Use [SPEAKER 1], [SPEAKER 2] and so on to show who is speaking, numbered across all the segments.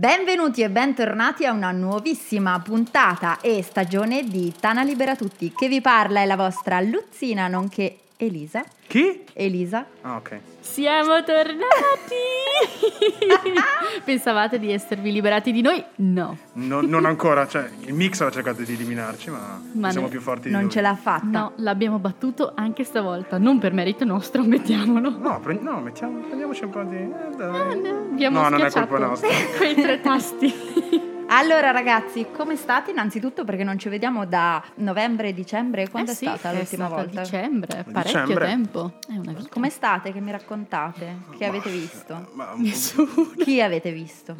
[SPEAKER 1] Benvenuti e bentornati a una nuovissima puntata e stagione di Tana Libera Tutti. Che vi parla è la vostra Luzzina, nonché Elisa.
[SPEAKER 2] Chi?
[SPEAKER 1] Elisa,
[SPEAKER 2] Ah, ok.
[SPEAKER 3] Siamo tornati! Pensavate di esservi liberati di noi? No,
[SPEAKER 2] No- non ancora, cioè il mix ha cercato di eliminarci, ma,
[SPEAKER 3] Ma
[SPEAKER 2] siamo
[SPEAKER 3] no,
[SPEAKER 2] più forti di
[SPEAKER 1] non
[SPEAKER 2] lui.
[SPEAKER 1] ce l'ha fatta.
[SPEAKER 3] no, l'abbiamo battuto anche stavolta, non per merito nostro, mettiamolo.
[SPEAKER 2] No, pre- no, mettiamo, prendiamoci un po' di... eh, dai.
[SPEAKER 3] Abbiamo
[SPEAKER 2] no, non è
[SPEAKER 3] schiacciato
[SPEAKER 2] colpa nostra.
[SPEAKER 3] quei tre tasti.
[SPEAKER 1] Allora ragazzi, come state? Innanzitutto perché non ci vediamo da novembre, dicembre, quando
[SPEAKER 3] Eh
[SPEAKER 1] è
[SPEAKER 3] sì,
[SPEAKER 1] stata l'ultima
[SPEAKER 3] stata
[SPEAKER 1] volta?
[SPEAKER 3] dicembre, parecchio
[SPEAKER 2] Dicembre.
[SPEAKER 3] tempo. È una vita.
[SPEAKER 1] Come state? Che mi raccontate? Che
[SPEAKER 2] Ma-
[SPEAKER 1] avete visto?
[SPEAKER 2] Ma,
[SPEAKER 3] Nessuno.
[SPEAKER 1] Chi avete visto?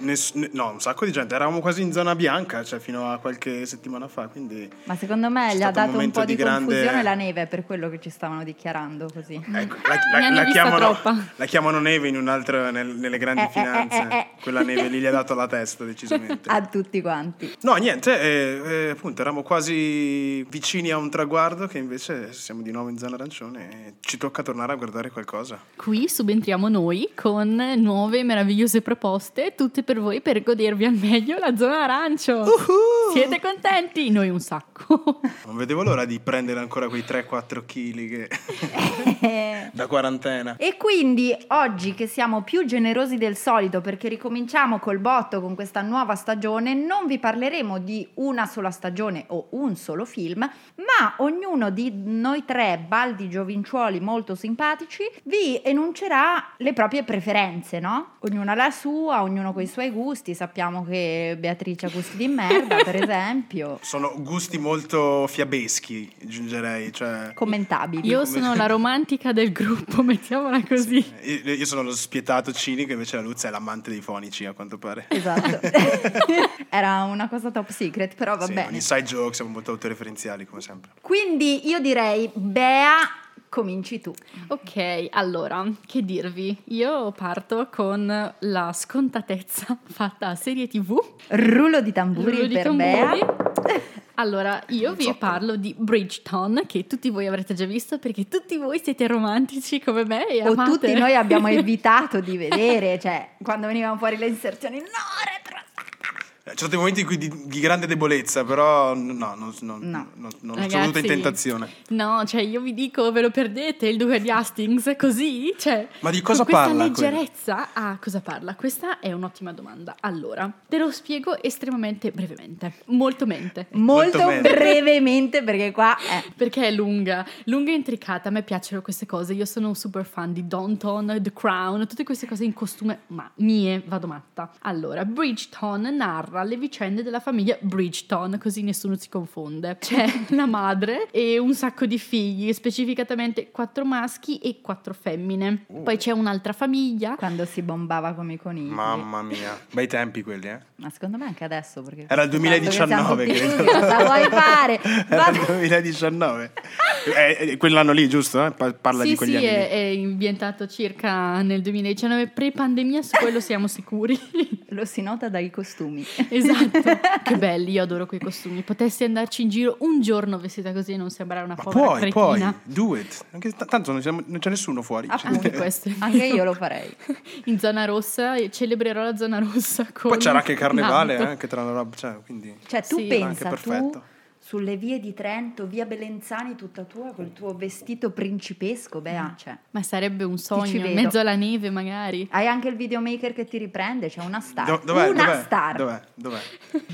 [SPEAKER 2] ness- ne- no, un sacco di gente. Eravamo quasi in zona bianca, cioè fino a qualche settimana fa, quindi...
[SPEAKER 1] Ma secondo me
[SPEAKER 2] C'è
[SPEAKER 1] gli ha
[SPEAKER 2] stato un
[SPEAKER 1] dato un,
[SPEAKER 2] momento
[SPEAKER 1] po' di,
[SPEAKER 2] di grande-
[SPEAKER 1] confusione la neve per quello che ci stavano dichiarando così.
[SPEAKER 2] Ecco, la,
[SPEAKER 3] ne hanno vista
[SPEAKER 2] chiamano,
[SPEAKER 3] troppa.
[SPEAKER 2] la chiamano neve in un altro, nel- nelle grandi
[SPEAKER 1] Eh, eh,
[SPEAKER 2] finanze.
[SPEAKER 1] eh, eh, eh.
[SPEAKER 2] Quella neve lì gli ha dato la testa, decisamente.
[SPEAKER 1] A tutti quanti.
[SPEAKER 2] No, niente, eh, eh, appunto eravamo quasi vicini a un traguardo che invece siamo di nuovo in zona arancione e ci tocca tornare a guardare qualcosa.
[SPEAKER 3] Qui subentriamo noi con nuove meravigliose proposte, tutte per voi per godervi al meglio la zona arancio.
[SPEAKER 2] Uhuh.
[SPEAKER 3] Siete contenti? Noi un sacco.
[SPEAKER 2] Non vedevo l'ora di prendere ancora quei 3-4 kg che... da quarantena.
[SPEAKER 1] E quindi oggi che siamo più generosi del solito perché ricominciamo col botto con questa nuova stagione, non vi parleremo di una sola stagione o un solo film, ma ognuno di noi tre baldi giovincuoli molto simpatici vi enuncerà le proprie preferenze, no? Ognuno ha la sua, ognuno con i suoi gusti, sappiamo che Beatrice ha gusti di merda, per esempio,
[SPEAKER 2] Sono gusti molto fiabeschi, aggiungerei. Cioè,
[SPEAKER 1] commentabili.
[SPEAKER 3] Io sono la romantica del gruppo, mettiamola così.
[SPEAKER 2] eh, io, io sono lo spietato cinico, invece la Luzza è l'amante dei fonici, a quanto pare.
[SPEAKER 1] Esatto. Era una cosa top secret, però va
[SPEAKER 2] sì,
[SPEAKER 1] bene.
[SPEAKER 2] Un inside joke, siamo molto autoreferenziali, come sempre.
[SPEAKER 1] Quindi io direi, Bea, cominci tu.
[SPEAKER 3] Ok, allora, che dirvi? Io parto con la scontatezza fatta a serie TV.
[SPEAKER 1] Rullo di tamburi
[SPEAKER 3] Rullo di
[SPEAKER 1] per
[SPEAKER 3] tamburi.
[SPEAKER 1] Bea.
[SPEAKER 3] Allora, io vi
[SPEAKER 2] Zoccolo.
[SPEAKER 3] parlo di Bridgetown, che tutti voi avrete già visto perché tutti voi siete romantici come me e
[SPEAKER 1] O
[SPEAKER 3] amate.
[SPEAKER 1] tutti noi abbiamo evitato di vedere, cioè quando venivano fuori le inserzioni, no, retro.
[SPEAKER 2] Eh, Ci sono dei momenti in cui di, di grande debolezza, però n- no, non, non,
[SPEAKER 1] No.
[SPEAKER 2] non- non sono
[SPEAKER 3] Ragazzi.
[SPEAKER 2] venuto in tentazione.
[SPEAKER 3] No, cioè io vi dico, ve lo perdete il duca di Hastings così? Cioè,
[SPEAKER 2] Ma di cosa
[SPEAKER 3] con questa
[SPEAKER 2] parla quello?
[SPEAKER 3] leggerezza? Ah, cosa parla? Questa è un'ottima domanda. Allora, te lo spiego estremamente brevemente, molto mente.
[SPEAKER 1] Molto,
[SPEAKER 2] Molto bene.
[SPEAKER 1] brevemente perché qua eh,
[SPEAKER 3] Perché è lunga, lunga e intricata, a me piacciono queste cose, io sono un super fan di Downton, The Crown, tutte queste cose in costume, ma mie, vado matta. Allora, Bridgeton narra le vicende della famiglia Bridgeton, così nessuno si confonde. C'è la madre e un sacco di figli, specificatamente quattro maschi e quattro femmine. Poi c'è un'altra famiglia,
[SPEAKER 1] quando si bombava come i conigli.
[SPEAKER 2] Mamma mia, bei tempi quelli, eh?
[SPEAKER 1] Ma secondo me anche adesso perché
[SPEAKER 2] Era il
[SPEAKER 1] tanto che siamo
[SPEAKER 2] 2019,
[SPEAKER 1] tutti
[SPEAKER 2] credo.
[SPEAKER 1] chiusi, Cosa vuoi fare?
[SPEAKER 2] Era il
[SPEAKER 1] Vado-
[SPEAKER 2] 2019. Eh, eh, quell'anno lì, giusto? eh? Pa- Parla
[SPEAKER 3] sì, eh,
[SPEAKER 2] di quegli
[SPEAKER 3] sì,
[SPEAKER 2] anni lì.
[SPEAKER 3] è, è ambientato circa nel 2019, pre-pandemia, su quello siamo sicuri.
[SPEAKER 1] Lo si nota dai costumi.
[SPEAKER 3] Esatto, che belli, io adoro quei costumi. Potessi andarci in giro un giorno vestita così e non sembrare una
[SPEAKER 2] Ma
[SPEAKER 3] povera
[SPEAKER 2] puoi, puoi,
[SPEAKER 3] cretina. Ah,
[SPEAKER 2] do it. Anche t- tanto non, siamo- non c'è nessuno fuori. Cioè,
[SPEAKER 1] Appunto.
[SPEAKER 3] Anche questo. è vero.
[SPEAKER 1] Anche io lo farei.
[SPEAKER 3] In zona rossa, e celebrerò la zona rossa con
[SPEAKER 2] Poi c'era anche il carnevale,
[SPEAKER 3] un abito.
[SPEAKER 2] eh, che tra la roba, cioè, quindi...
[SPEAKER 1] Cioè, tu
[SPEAKER 3] Sì.
[SPEAKER 1] pensa
[SPEAKER 2] Anche
[SPEAKER 1] tu
[SPEAKER 2] perfetto.
[SPEAKER 1] sulle vie di Trento, via Belenzani, tutta tua, col tuo vestito principesco,
[SPEAKER 2] Mm-hmm.
[SPEAKER 1] Bea. Cioè,
[SPEAKER 3] Ma sarebbe un sogno, in
[SPEAKER 1] vedo.
[SPEAKER 3] mezzo alla neve magari.
[SPEAKER 1] hai anche il videomaker che ti riprende, c'è una star.
[SPEAKER 2] Do- dov'è,
[SPEAKER 1] una
[SPEAKER 2] dov'è,
[SPEAKER 1] star.
[SPEAKER 2] Dov'è, dov'è?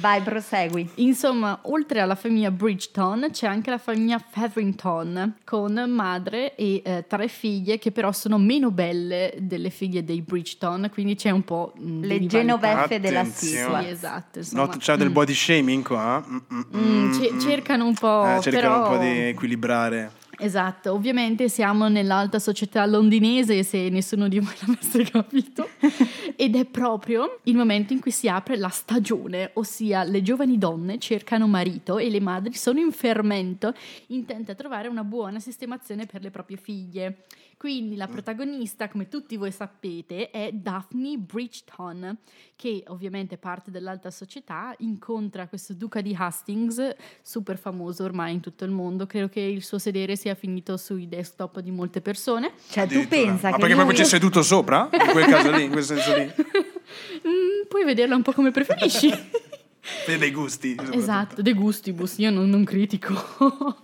[SPEAKER 1] Vai, prosegui.
[SPEAKER 3] Insomma, oltre alla famiglia Bridgeton c'è anche la famiglia Featherington con madre e eh, tre figlie che però sono meno belle delle figlie dei Bridgeton, quindi c'è un po' mh,
[SPEAKER 1] Le
[SPEAKER 3] di rivalità.
[SPEAKER 1] genoveffe della
[SPEAKER 2] Attenzione.
[SPEAKER 1] Sisua.
[SPEAKER 3] Sì, esatto,
[SPEAKER 2] No,
[SPEAKER 3] insomma.
[SPEAKER 2] c'è cioè, del
[SPEAKER 3] Mm.
[SPEAKER 2] body shaming qua? eh? Mm, mm,
[SPEAKER 3] Mm,
[SPEAKER 2] mm,
[SPEAKER 3] ce-
[SPEAKER 2] mm.
[SPEAKER 3] cercano un po',
[SPEAKER 2] Eh, cercano
[SPEAKER 3] però-
[SPEAKER 2] un po' di equilibrare.
[SPEAKER 3] Esatto, ovviamente siamo nell'alta società londinese, se nessuno di voi l'avesse capito. Ed è proprio il momento in cui si apre la stagione, ossia le giovani donne cercano marito e le madri sono in fermento, intente a trovare una buona sistemazione per le proprie figlie. Quindi la protagonista, come tutti voi sapete, è Daphne Bridgeton, che ovviamente parte dell'alta società, incontra questo duca di Hastings, super famoso ormai in tutto il mondo. Credo che il suo sedere sia finito sui desktop di molte persone.
[SPEAKER 1] Cioè, tu
[SPEAKER 2] Addirittura.
[SPEAKER 1] pensa
[SPEAKER 2] Ma
[SPEAKER 1] che
[SPEAKER 2] perché
[SPEAKER 1] lui...
[SPEAKER 2] proprio c'è seduto sopra? In quel caso lì, in quel senso lì.
[SPEAKER 3] Mm, puoi vederla un po' come preferisci.
[SPEAKER 2] Per dei gusti. soprattutto.
[SPEAKER 3] esatto, de gustibus, io non, non critico.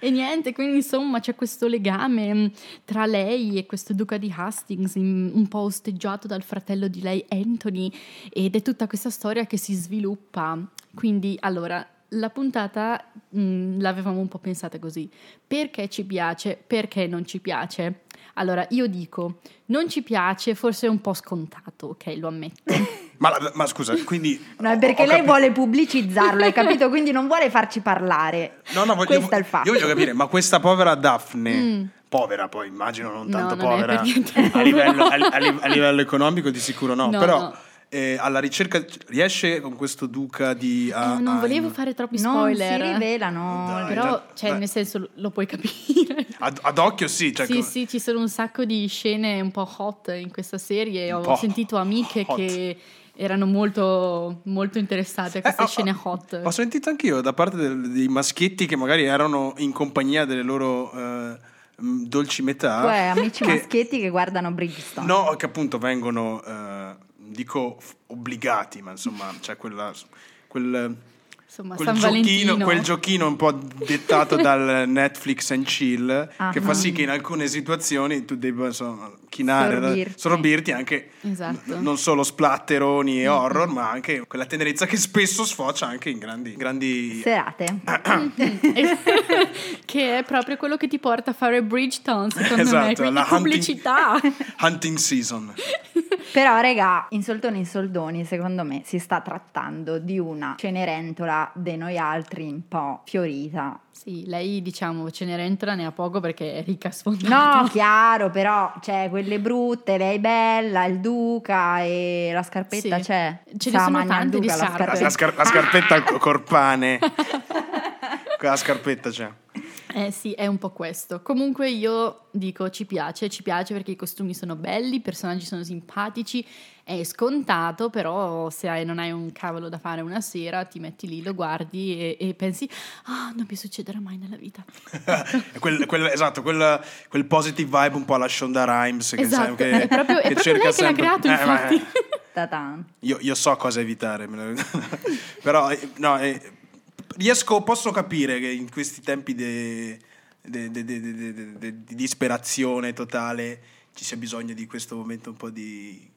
[SPEAKER 3] e niente, quindi insomma c'è questo legame mh, tra lei e questo duca di Hastings, in- un po' osteggiato dal fratello di lei, Anthony, ed è tutta questa storia che si sviluppa. Quindi, allora, la puntata mh, l'avevamo un po' pensata così. Perché ci piace? Perché non ci piace? Allora, io dico, non ci piace, forse è un po' scontato, ok, lo ammetto.
[SPEAKER 2] Ma, la- ma scusa, quindi...
[SPEAKER 1] No, è perché
[SPEAKER 2] ho
[SPEAKER 1] lei
[SPEAKER 2] capi-
[SPEAKER 1] vuole pubblicizzarlo, hai capito? Quindi non vuole farci parlare.
[SPEAKER 2] No, no, voglio,
[SPEAKER 1] Questo è il fatto.
[SPEAKER 2] Io voglio capire, ma questa povera Daphne,
[SPEAKER 3] Mm.
[SPEAKER 2] povera poi immagino non
[SPEAKER 3] No,
[SPEAKER 2] tanto
[SPEAKER 3] non è
[SPEAKER 2] povera,
[SPEAKER 3] per niente
[SPEAKER 2] a, livello, a,
[SPEAKER 3] povera.
[SPEAKER 2] a- a livello economico di sicuro no,
[SPEAKER 3] No,
[SPEAKER 2] però
[SPEAKER 3] no.
[SPEAKER 2] eh, alla ricerca riesce con questo duca di... a-
[SPEAKER 3] Eh, non
[SPEAKER 2] a-
[SPEAKER 3] volevo fare troppi
[SPEAKER 1] Ah, Non
[SPEAKER 3] spoiler.
[SPEAKER 1] si rivelano.
[SPEAKER 2] Dai.
[SPEAKER 3] Però,
[SPEAKER 2] già-
[SPEAKER 3] cioè,
[SPEAKER 2] beh.
[SPEAKER 3] nel senso, lo- lo puoi capire.
[SPEAKER 2] Ad, ad occhio sì, cioè,
[SPEAKER 3] sì,
[SPEAKER 2] co-
[SPEAKER 3] sì, ci sono un sacco di scene un po' hot in questa serie.
[SPEAKER 2] Un
[SPEAKER 3] Ho
[SPEAKER 2] po'
[SPEAKER 3] sentito amiche
[SPEAKER 2] hot.
[SPEAKER 3] che erano molto, molto interessate a
[SPEAKER 2] Eh,
[SPEAKER 3] queste
[SPEAKER 2] ho-
[SPEAKER 3] scene hot.
[SPEAKER 2] Ho sentito anch'io da parte del- dei maschietti che magari erano in compagnia delle loro eh, mh, dolci metà.
[SPEAKER 1] Tu hai eh, amici
[SPEAKER 2] che-
[SPEAKER 1] maschietti che guardano Bridgestone.
[SPEAKER 2] No, che appunto vengono, eh, dico, f- obbligati, ma insomma, c'è quella... Quel,
[SPEAKER 3] Insomma,
[SPEAKER 2] quel
[SPEAKER 3] San
[SPEAKER 2] giochino,
[SPEAKER 3] Valentino.
[SPEAKER 2] quel giochino un po' dettato dal Netflix and chill che fa sì che in alcune situazioni tu debba insomma, chinare,
[SPEAKER 1] Sorbirti.
[SPEAKER 2] sorbirti anche
[SPEAKER 3] Esatto.
[SPEAKER 2] n- non solo splatteroni e horror, ma anche quella tenerezza che spesso sfocia anche in grandi, grandi
[SPEAKER 1] Serate.
[SPEAKER 3] Mm. che è proprio quello che ti porta a fare Bridgetown, secondo me.
[SPEAKER 2] Esatto,
[SPEAKER 3] Quindi
[SPEAKER 2] la hunting-
[SPEAKER 3] pubblicità.
[SPEAKER 2] hunting season.
[SPEAKER 1] Però, raga, in Soltoni in Soldoni, secondo me, si sta trattando di una Cenerentola de noi altri un po' fiorita.
[SPEAKER 3] sì, lei, diciamo, ce ne rentra ne ha poco perché è ricca sfondata.
[SPEAKER 1] No, chiaro, però c'è quelle brutte, lei bella, il duca e la scarpetta
[SPEAKER 3] Sì.
[SPEAKER 1] c'è.
[SPEAKER 3] Ce ne
[SPEAKER 1] Sa,
[SPEAKER 3] sono
[SPEAKER 1] magna il
[SPEAKER 3] tante di
[SPEAKER 1] duca, la
[SPEAKER 2] La,
[SPEAKER 3] scarpe.
[SPEAKER 1] scarpetta.
[SPEAKER 2] la scar- la scarpetta co- corpane. Quella scarpetta c'è.
[SPEAKER 3] Eh sì, è un po' questo. Comunque io dico ci piace, ci piace perché i costumi sono belli, i personaggi sono simpatici, è scontato, però se hai- non hai un cavolo da fare una sera ti metti lì, lo guardi e, e pensi, ah, non mi succederà mai nella vita.
[SPEAKER 2] Quel- quel- esatto, quel, quel positive vibe un po' alla Shonda Rhimes. Che,
[SPEAKER 3] esatto,
[SPEAKER 2] che-
[SPEAKER 3] è proprio, è
[SPEAKER 2] che
[SPEAKER 3] proprio
[SPEAKER 2] cerca
[SPEAKER 3] lei che l'ha
[SPEAKER 2] sempre-
[SPEAKER 3] creato,
[SPEAKER 2] Eh, ma-
[SPEAKER 3] infatti.
[SPEAKER 1] Ta-tan.
[SPEAKER 2] Io, io so cosa evitare, me lo- però eh, no, eh, riesco, posso capire che in questi tempi de- de- de- de- de- de- de- de- di disperazione totale ci sia bisogno di questo momento un po' di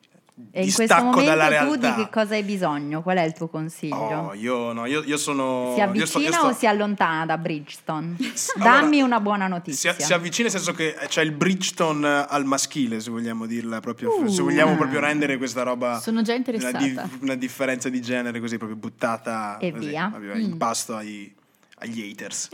[SPEAKER 1] E in questo
[SPEAKER 2] distacco dalla
[SPEAKER 1] momento tu
[SPEAKER 2] realtà.
[SPEAKER 1] di che cosa hai bisogno? Qual è il tuo consiglio?
[SPEAKER 2] Oh, io, no, io, io sono...
[SPEAKER 1] si avvicina
[SPEAKER 2] io sto- io
[SPEAKER 1] o
[SPEAKER 2] sto-
[SPEAKER 1] si allontana da Bridgestone?
[SPEAKER 2] allora,
[SPEAKER 1] Dammi una buona notizia.
[SPEAKER 2] Si, si avvicina nel senso che c'è il Bridgestone eh, al maschile, se vogliamo dirla proprio, se
[SPEAKER 1] Uh.
[SPEAKER 2] vogliamo proprio rendere questa roba
[SPEAKER 3] Sono già
[SPEAKER 2] una,
[SPEAKER 3] interessata.
[SPEAKER 2] dif- una differenza di genere così proprio buttata
[SPEAKER 1] E
[SPEAKER 2] così,
[SPEAKER 1] via.
[SPEAKER 2] proprio in pasto ai- agli haters.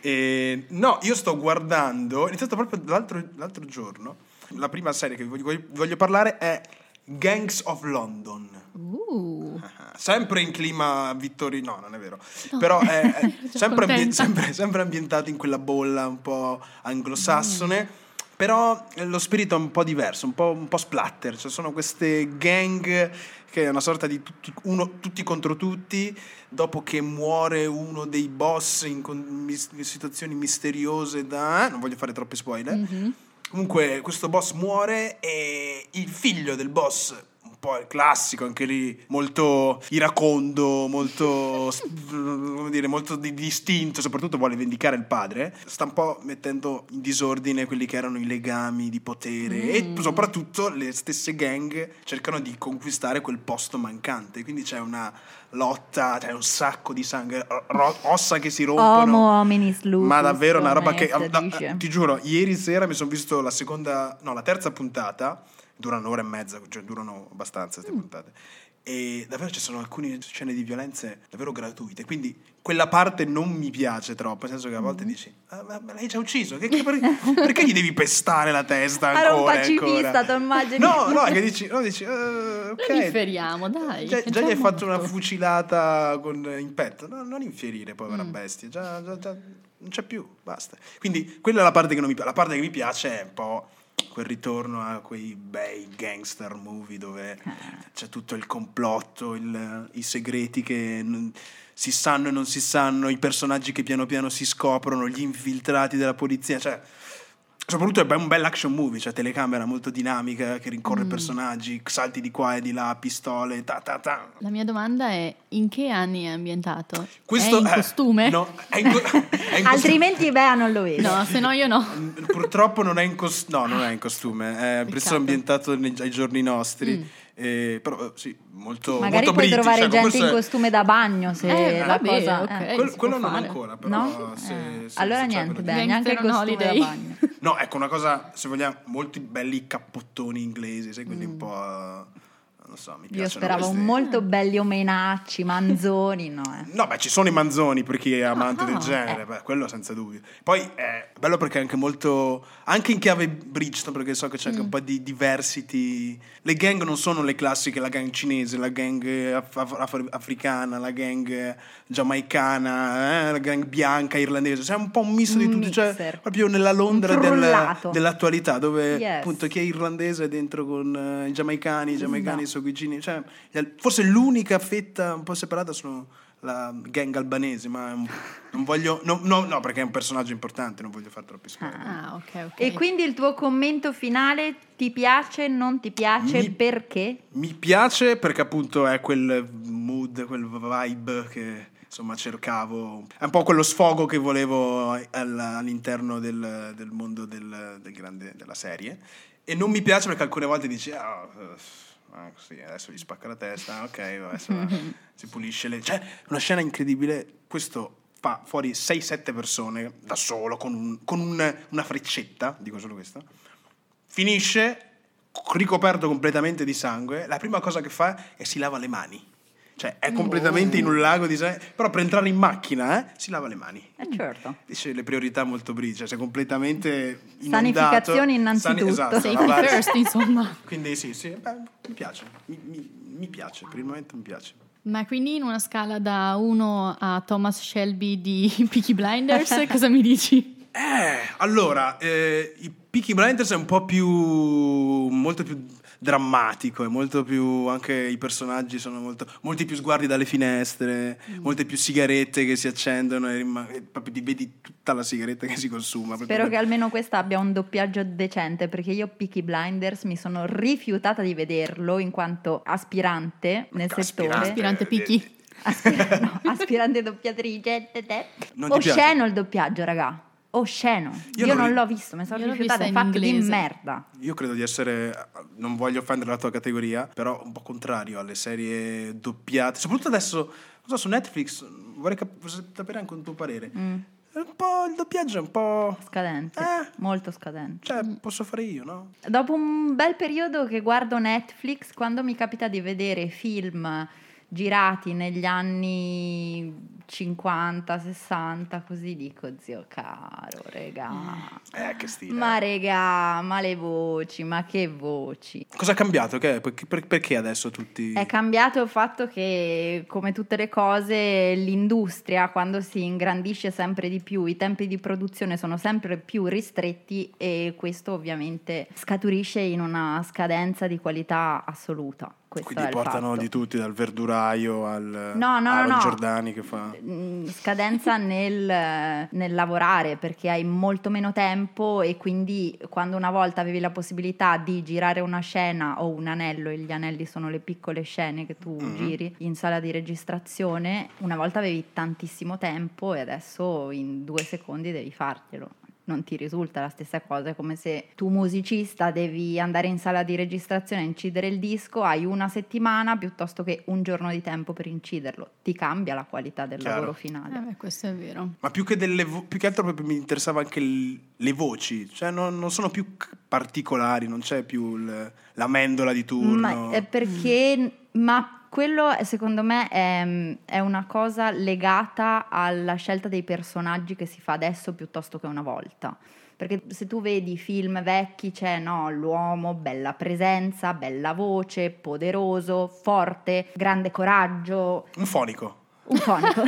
[SPEAKER 2] E, no, io sto guardando, ho iniziato proprio l'altro, l'altro giorno, la prima serie che vi voglio, vi voglio parlare è Gangs of London.
[SPEAKER 3] Uh,
[SPEAKER 2] Ah, Sempre in clima vittorino, no, non è vero, però è, è
[SPEAKER 3] già
[SPEAKER 2] sempre, ambien-
[SPEAKER 3] contenta.
[SPEAKER 2] sempre- sempre ambientato in quella bolla un po' anglosassone, però eh, lo spirito è un po' diverso, un po', un po' splatter, cioè sono queste gang che è una sorta di tutti, uno- tutti contro tutti, dopo che muore uno dei boss in, con- mis- in situazioni misteriose da... non voglio fare troppi spoiler,
[SPEAKER 3] mhm.
[SPEAKER 2] Comunque, questo boss muore e il figlio del boss, un po' il classico, anche lì, molto iracondo, molto, s- come dire, molto di- distinto, soprattutto vuole vendicare il padre, sta un po' mettendo in disordine quelli che erano i legami di potere
[SPEAKER 3] Mm.
[SPEAKER 2] e soprattutto le stesse gang cercano di conquistare quel posto mancante, quindi c'è una lotta, c'è un sacco di sangue, ro- ro- ossa che si rompono.
[SPEAKER 1] Homo hominis lupus.
[SPEAKER 2] Ma davvero una roba che.
[SPEAKER 1] omet,
[SPEAKER 2] da-
[SPEAKER 1] dice.
[SPEAKER 2] ti giuro, ieri sera mi sono visto la seconda, no, la terza puntata. Dura un'ora e mezza, cioè durano abbastanza queste puntate. E davvero ci sono alcune scene di violenze davvero gratuite. Quindi quella parte non mi piace troppo. Nel senso che a volte dici: "Ah, ma ma lei ci ha ucciso, che- che- per- perché gli devi pestare la testa ancora?
[SPEAKER 1] Era un
[SPEAKER 2] ancora?"
[SPEAKER 1] pacifista, tu immagini.
[SPEAKER 2] No, no, che dici, no, dici, "Eh, ok.
[SPEAKER 3] Non inferiamo, dai,
[SPEAKER 2] Già,
[SPEAKER 3] è
[SPEAKER 2] già
[SPEAKER 3] già
[SPEAKER 2] gli hai fatto una
[SPEAKER 3] morto."
[SPEAKER 2] fucilata con, in petto. No, non infierire, povera bestia. Già, già- già- non c'è più, basta. Quindi quella è la parte che non mi piace. La parte che mi piace è un po' quel ritorno a quei bei gangster movie dove c'è tutto il complotto, il- i segreti che non- si sanno e non si sanno, i personaggi che piano piano si scoprono, gli infiltrati della polizia. Cioè, Soprattutto è un bel action movie, cioè telecamera molto dinamica che rincorre personaggi, salti di qua e di là, pistole, ta ta ta.
[SPEAKER 3] La mia domanda è in che anni è ambientato?
[SPEAKER 2] Questo
[SPEAKER 3] è in
[SPEAKER 2] eh,
[SPEAKER 3] costume?
[SPEAKER 2] No, è in, co- è in costume.
[SPEAKER 1] Altrimenti Bea non lo vede.
[SPEAKER 3] No, se no io no.
[SPEAKER 2] Mm, Purtroppo non è in costume, no, non è in costume, è presso
[SPEAKER 3] Peccato.
[SPEAKER 2] ambientato nei- ai giorni nostri, eh, però eh, sì, molto
[SPEAKER 1] Mm. Magari
[SPEAKER 2] molto
[SPEAKER 1] puoi
[SPEAKER 2] british,
[SPEAKER 1] trovare
[SPEAKER 2] ecco,
[SPEAKER 1] gente
[SPEAKER 2] questo
[SPEAKER 1] in
[SPEAKER 2] è-
[SPEAKER 1] costume da bagno se
[SPEAKER 3] Eh,
[SPEAKER 1] la
[SPEAKER 3] vabbè,
[SPEAKER 1] cosa...
[SPEAKER 3] ok.
[SPEAKER 2] quel-
[SPEAKER 3] si può
[SPEAKER 2] quello non
[SPEAKER 3] fare.
[SPEAKER 2] ancora, Ah, però
[SPEAKER 1] No?
[SPEAKER 2] se-
[SPEAKER 1] Eh,
[SPEAKER 2] se-
[SPEAKER 1] allora
[SPEAKER 2] se c'è
[SPEAKER 1] niente,
[SPEAKER 2] quello-
[SPEAKER 1] beh, neanche il
[SPEAKER 3] Gangster on
[SPEAKER 1] costume da
[SPEAKER 3] holiday.
[SPEAKER 1] bagno.
[SPEAKER 2] No, ecco una cosa, se vogliamo, molti belli cappottoni inglesi, sai, quelli un po'... eh, Non so, mi piacciono
[SPEAKER 1] Mm. Io speravo
[SPEAKER 2] questi.
[SPEAKER 1] molto belli omenacci, manzoni, no eh.
[SPEAKER 2] No, beh, ci sono i manzoni per chi è amante
[SPEAKER 3] Ah,
[SPEAKER 2] del
[SPEAKER 3] ah,
[SPEAKER 2] genere, beh, quello senza dubbio. Poi è bello perché è anche molto. anche in chiave Bridgestone, perché so che c'è anche
[SPEAKER 1] Mm.
[SPEAKER 2] un po' di diversity. Le gang non sono le classiche, la gang cinese, la gang af- af- af- africana, la gang giamaicana, eh, la gang bianca, irlandese. C'è un po' un misto di
[SPEAKER 1] Un
[SPEAKER 2] tutto, cioè
[SPEAKER 1] mixer.
[SPEAKER 2] proprio nella Londra
[SPEAKER 1] Un
[SPEAKER 2] del-
[SPEAKER 1] frullato.
[SPEAKER 2] dell'attualità, dove
[SPEAKER 1] Yes.
[SPEAKER 2] appunto chi è irlandese è dentro con eh, i giamaicani, i giamaicani
[SPEAKER 1] No.
[SPEAKER 2] sono vicini. Cioè, gli al- forse l'unica fetta un po' separata sono la gang albanese, ma mm, non voglio... No, no, no, perché è un personaggio importante, non voglio far troppi spoiler.
[SPEAKER 3] Ah, ok, ok.
[SPEAKER 1] E quindi il tuo commento finale ti piace, non ti piace,
[SPEAKER 2] Mi-
[SPEAKER 1] perché?
[SPEAKER 2] Mi piace perché appunto è quel mood, quel vibe che insomma cercavo, è un po' quello sfogo che volevo all- all'interno del, del mondo del, del grande, della serie e non mi piace perché alcune volte dici "Ah, eh, ah, così, adesso gli spacca la testa, ok, adesso va, si pulisce le... Cioè, una scena incredibile, questo fa fuori 6-7 persone da solo con, un- con un- una freccetta, dico solo questo, finisce ricoperto completamente di sangue, la prima cosa che fa è si lava le mani. Cioè, è completamente in un lago di sangue, però per entrare in macchina, eh, si lava le mani.
[SPEAKER 1] Eh certo.
[SPEAKER 2] Dice le priorità molto brigie, cioè sei completamente inondato.
[SPEAKER 1] Sanificazione innanzitutto.
[SPEAKER 2] Sani- esatto,
[SPEAKER 3] Safety
[SPEAKER 2] lavare-
[SPEAKER 3] first, insomma.
[SPEAKER 2] Quindi sì, sì, beh, mi piace, mi, mi- mi piace, per il momento mi piace.
[SPEAKER 3] Ma quindi in una scala da 1 a Thomas Shelby di Peaky Blinders, cosa mi dici?
[SPEAKER 2] Eh, allora, eh, i Peaky Blinders è un po' più, molto più drammatico, è molto più, anche i personaggi sono molto, molti più sguardi dalle finestre,
[SPEAKER 1] Mm.
[SPEAKER 2] molte più sigarette che si accendono e, rima- e proprio ti vedi tutta la sigaretta che si consuma. proprio
[SPEAKER 1] Spero
[SPEAKER 2] per-
[SPEAKER 1] che almeno questa abbia un doppiaggio decente perché io Peaky Blinders mi sono rifiutata di vederlo in quanto aspirante nel settore.
[SPEAKER 3] Aspirante Peaky.
[SPEAKER 2] eh,
[SPEAKER 1] Aspirante, no, aspirante doppiatrice. te, te.
[SPEAKER 2] Non ti piace?
[SPEAKER 1] Osceno il doppiaggio, raga. Osceno.
[SPEAKER 2] Io
[SPEAKER 1] Io,
[SPEAKER 2] non
[SPEAKER 1] non,
[SPEAKER 2] ri-
[SPEAKER 1] l'ho visto, mi sono
[SPEAKER 3] Io l'ho
[SPEAKER 1] rifiutata.
[SPEAKER 3] vista in
[SPEAKER 1] Infatti, di
[SPEAKER 3] inglese.
[SPEAKER 1] merda.
[SPEAKER 2] eh, Io credo di essere, non voglio offendere la tua categoria, però un po' contrario alle serie doppiate, soprattutto adesso, non so, su Netflix, vorrei cap- sapere anche un tuo parere.
[SPEAKER 1] Mm,
[SPEAKER 2] È Un po' il doppiaggio è un po'...
[SPEAKER 1] scadente,
[SPEAKER 2] Eh.
[SPEAKER 1] molto scadente.
[SPEAKER 2] Cioè, posso fare io, no?
[SPEAKER 1] Dopo un bel periodo che guardo Netflix, quando mi capita di vedere film girati negli anni 50, 60, così dico, zio caro, regà.
[SPEAKER 2] Eh, che stile.
[SPEAKER 1] Ma regà, ma le voci, ma che voci.
[SPEAKER 2] Cosa ha cambiato? Che- perché- per- perché adesso tutti...
[SPEAKER 1] È cambiato il fatto che, come tutte le cose, l'industria, quando si ingrandisce sempre di più, i tempi di produzione sono sempre più ristretti e questo ovviamente scaturisce in una scadenza di qualità assoluta. Questo è
[SPEAKER 2] Quindi
[SPEAKER 1] il
[SPEAKER 2] portano
[SPEAKER 1] fatto.
[SPEAKER 2] di tutti, dal verduraio al
[SPEAKER 1] No, no,
[SPEAKER 2] Aaron
[SPEAKER 1] no, no.
[SPEAKER 2] Giordani che fa...
[SPEAKER 1] Mm, Scadenza nel, nel lavorare perché hai molto meno tempo e quindi quando una volta avevi la possibilità di girare una scena o un anello, e gli anelli sono le piccole scene che tu
[SPEAKER 2] Mhm.
[SPEAKER 1] giri in sala di registrazione, una volta avevi tantissimo tempo e adesso in due secondi devi fartelo. Non ti risulta la stessa cosa, è come se tu musicista devi andare in sala di registrazione a incidere il disco, hai una settimana piuttosto che un giorno di tempo per inciderlo, ti cambia la qualità del
[SPEAKER 2] Chiaro.
[SPEAKER 1] lavoro finale.
[SPEAKER 3] Eh beh, questo è vero.
[SPEAKER 2] Ma più che, delle vo- più che altro proprio mi interessava anche il- le voci, cioè non, non sono più c- particolari, non c'è più il- la mendola di turno.
[SPEAKER 1] Ma è perché, ma quello eh, secondo me è, mm, è una cosa legata alla scelta dei personaggi che si fa adesso piuttosto che una volta. Perché se tu vedi i film vecchi c'è no, l'uomo, bella presenza, bella voce, poderoso, forte, grande coraggio,
[SPEAKER 2] Un fonico.
[SPEAKER 1] un fonico.